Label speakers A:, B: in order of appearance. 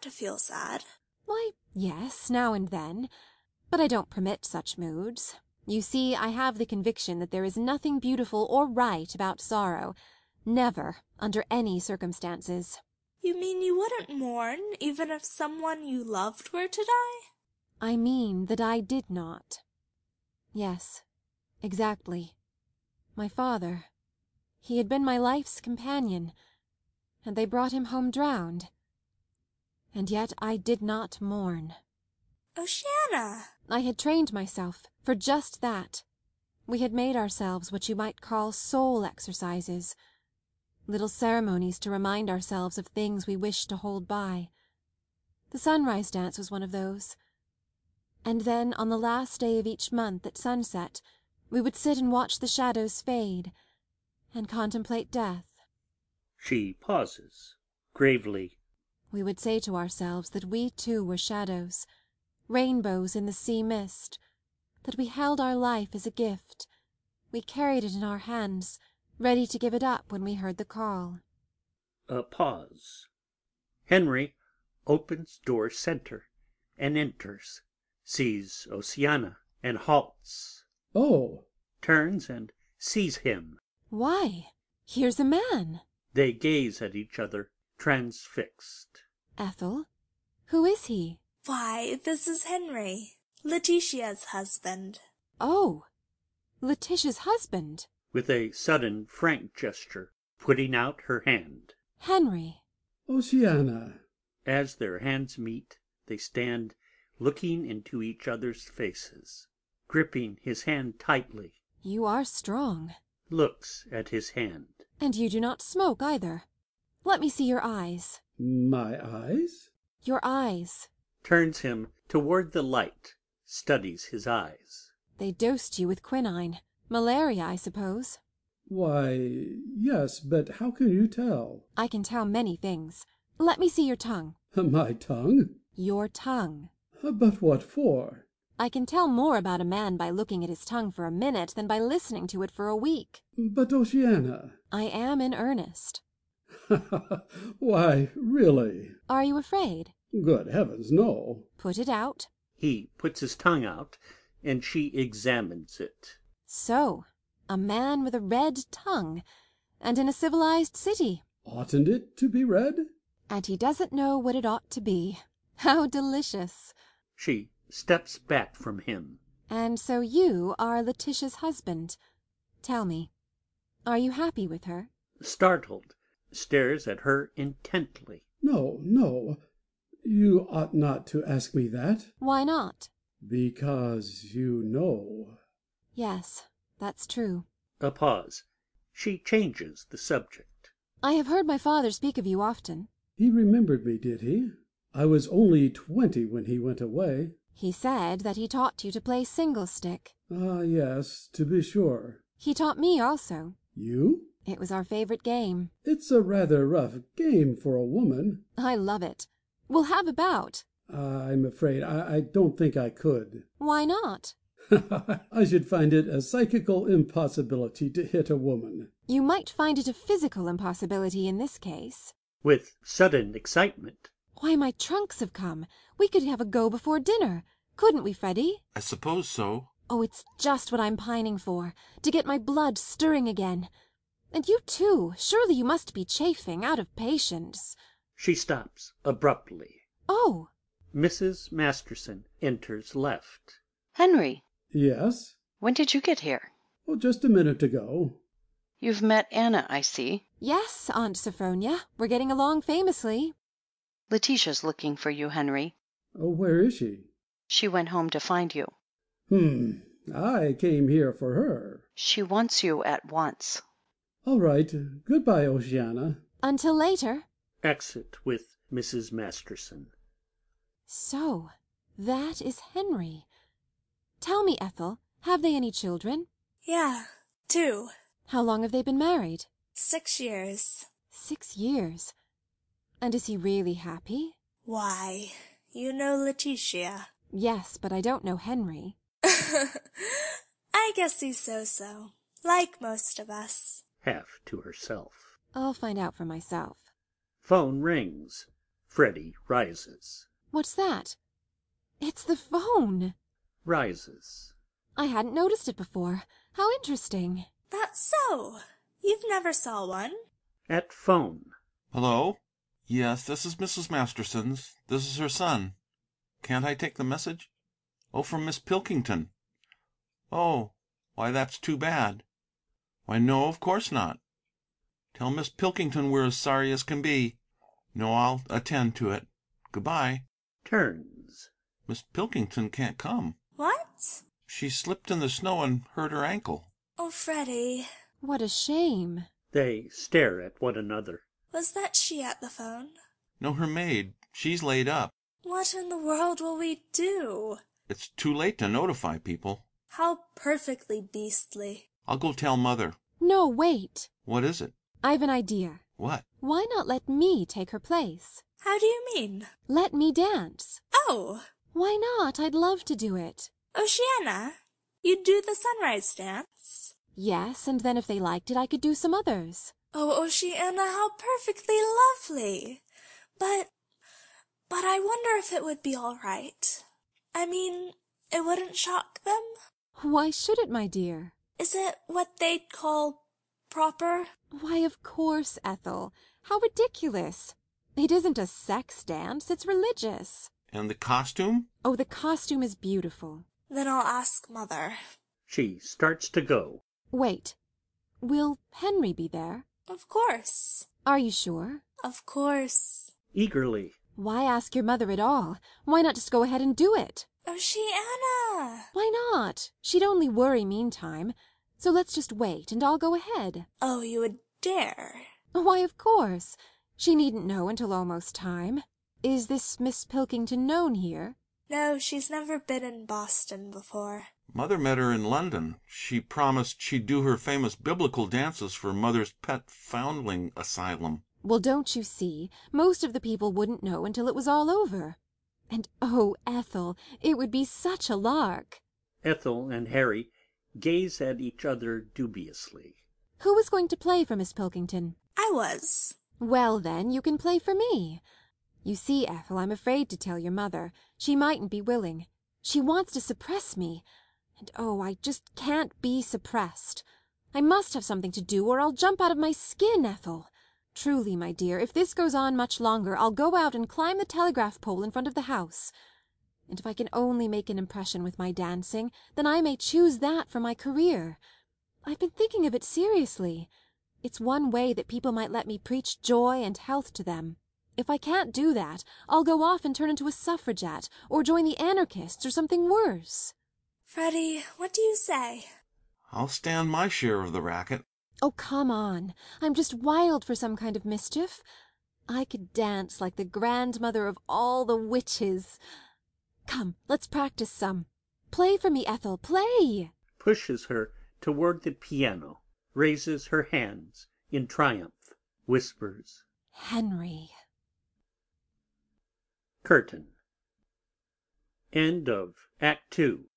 A: to feel sad?"
B: "Why, yes, now and then. But I don't permit such moods. You see, I have the conviction that there is nothing beautiful or right about sorrow never, under any circumstances."
A: "You mean you wouldn't mourn even if some one you loved were to die?"
B: "I mean that I did not. Yes, exactly. My father he had been my life's companion, and they brought him home drowned. And yet I did not mourn.
A: "Oceana!"
B: I had trained myself for just that. We had made ourselves what you might call soul exercises little ceremonies to remind ourselves of things we wished to hold by. The sunrise dance was one of those. And then on the last day of each month at sunset we would sit and watch the shadows fade and contemplate death.
C: She pauses gravely.
B: We would say to ourselves that we too were shadows, rainbows in the sea mist, that we held our life as a gift. We carried it in our hands, ready to give it up when we heard the call.
C: A pause. Henry opens door center and enters, sees Oceana and halts,
D: MANGAN. Oh!
C: turns and sees him.
B: Why, here's a man!
C: They gaze at each other, transfixed.
B: Ethel, who is he?
A: "Why, this is Henry, Letitia's husband."
B: Oh, Letitia's husband.
C: With a sudden frank gesture, putting out her hand.
B: Henry,
D: Oceana!
C: As their hands meet, they stand looking into each other's faces, gripping his hand tightly,
B: you are strong.
C: looks at his hand.
B: And you do not smoke either. Let me see your eyes.
D: My eyes?
B: Your eyes.
C: turns him toward the light, studies his eyes.
B: They dosed you with quinine. Malaria, I suppose.
D: Why, yes, but how can you tell?
B: I can tell many things. Let me see your tongue.
D: My tongue?
B: Your tongue.
D: But what for?
B: I can tell more about a man by looking at his tongue for a minute than by listening to it for a week.
D: But Oceana!
B: I am in earnest.
D: Why, really?
B: Are you afraid?
D: Good heavens, no.
B: Put it out.
C: He puts his tongue out, and she examines it.
B: So, a man with a red tongue, and in a civilized city,
D: Oughtn't it to be read?
B: and he doesn't know what it ought to be. How delicious!
C: She steps back from him.
B: And so you are Letitia's husband. Tell me, are you happy with her?
C: Startled, stares at her intently.
D: No, no. You ought not to ask me that.
B: Why not?
D: Because you know.
B: Yes, that's true.
C: A pause. She changes the subject.
B: I have heard my father speak of you often.
D: He remembered me, did he? I was only twenty when he went away.
B: He said that he taught you to play single stick.
D: Ah, yes, to be sure.
B: He taught me also.
D: You?
B: It was our favorite game.
D: It's a rather rough game for a woman.
B: I love it. We'll have a bout.
D: I'm afraid I, I don't think I could.
B: Why not?
D: I should find it a psychical impossibility to hit a woman.
B: You might find it a physical impossibility in this case.
C: With sudden excitement,
B: Why, my trunks have come. We could have a go before dinner. Couldn't we, Freddie?
E: I suppose so.
B: Oh, it's just what I'm pining for, to get my blood stirring again. And you too, surely you must be chafing out of patience.
C: she stops abruptly.
B: Oh,
C: Mrs. Masterson enters left.
F: Henry,
D: Yes?
F: when did you get here?
D: Oh, just a minute ago.
F: You've met Anna, I see.
B: yes, Aunt Sophronia, we're getting along famously.
F: Letitia's looking for you, Henry.
D: Oh, where is she?
F: She went home to find you.
D: Hmm, I came here for her.
F: She wants you at once.
D: All right. Goodbye, Oceana.
B: Until later.
C: Exit with Mrs. Masterson.
B: So, that is Henry. Tell me, Ethel, have they any children?
A: Yeah, two.
B: How long have they been married?
A: Six years.
B: Six years. And is he really happy?
A: Why? You know Letitia.
B: Yes, but I don't know Henry.
A: I guess he's so-so, like most of us.
C: Half to herself.
B: I'll find out for myself.
C: Phone rings. Freddie rises.
B: What's that? It's the phone.
C: Rises.
B: I hadn't noticed it before. How interesting.
A: That's so. You've never saw one.
C: At phone.
E: Hello? Yes, this is Mrs. Masterson's. This is her son. Can't I take the message? Oh, from Miss Pilkington. Oh, why, that's too bad. Why, no, of course not. Tell Miss Pilkington we're as sorry as can be. No, I'll attend to it. Goodbye.
C: Turns.
E: Miss Pilkington can't come.
A: What?
E: She slipped in the snow and hurt her ankle.
A: Oh, Freddie,
B: What a shame.
C: They stare at one another.
A: was that she at the phone?
E: No, her maid. She's laid up.
A: What in the world will we do?
E: It's too late to notify people.
A: How perfectly beastly.
E: I'll go tell mother.
B: No, wait.
E: What is it?
B: I've an idea.
E: What?
B: Why not let me take her place?
A: How do you mean?
B: Let me dance.
A: Oh,
B: Why not? I'd love to do it.
A: Oceana, you do the sunrise dance.
B: Yes, and then if they liked it, I could do some others.
A: Oh, Oceana, how perfectly lovely. But, but I wonder if it would be all right. I mean, it wouldn't shock them?
B: Why should it, my dear?
A: Is it what they'd call proper?
B: Why, of course, Ethel. How ridiculous. It isn't a sex dance, it's religious.
E: And the costume?
B: Oh, the costume is beautiful.
A: Then I'll ask Mother.
C: She starts to go.
B: Wait. Will Henry be there?
A: Of course.
B: Are you sure?
A: Of course.
C: Eagerly.
B: Why ask your mother at all? Why not just go ahead and do it?
A: Oceana!
B: Why not? She'd only worry meantime. So let's just wait, and I'll go ahead.
A: Oh, you would dare.
B: Why, of course. She needn't know until almost time. Is this Miss Pilkington known here?
A: No, she's never been in Boston before.
E: Mother met her in London. She promised she'd do her famous biblical dances for Mother's pet foundling asylum.
B: Well, don't you see? Most of the people wouldn't know until it was all over. And oh, Ethel, it would be such a lark.
C: Ethel and Harry gaze at each other dubiously.
B: Who was going to play for Miss Pilkington?
A: I was.
B: Well, then, you can play for me. You see, Ethel, I'm afraid to tell your mother. She mightn't be willing. She wants to suppress me. And oh, I just can't be suppressed. I must have something to do, or I'll jump out of my skin, Ethel. Truly, my dear, if this goes on much longer, I'll go out and climb the telegraph pole in front of the house. And if I can only make an impression with my dancing, then I may choose that for my career. I've been thinking of it seriously. It's one way that people might let me preach joy and health to them. If I can't do that, I'll go off and turn into a suffragette, or join the anarchists, or something worse.
A: Freddie, what do you say?
E: I'll stand my share of the racket.
B: Oh, come on. I'm just wild for some kind of mischief. I could dance like the grandmother of all the witches. Come, let's practice some. Play for me, Ethel, play!
C: Pushes her toward the piano. Raises her hands in triumph. Whispers.
B: Henry.
C: Curtain. End of Act Two.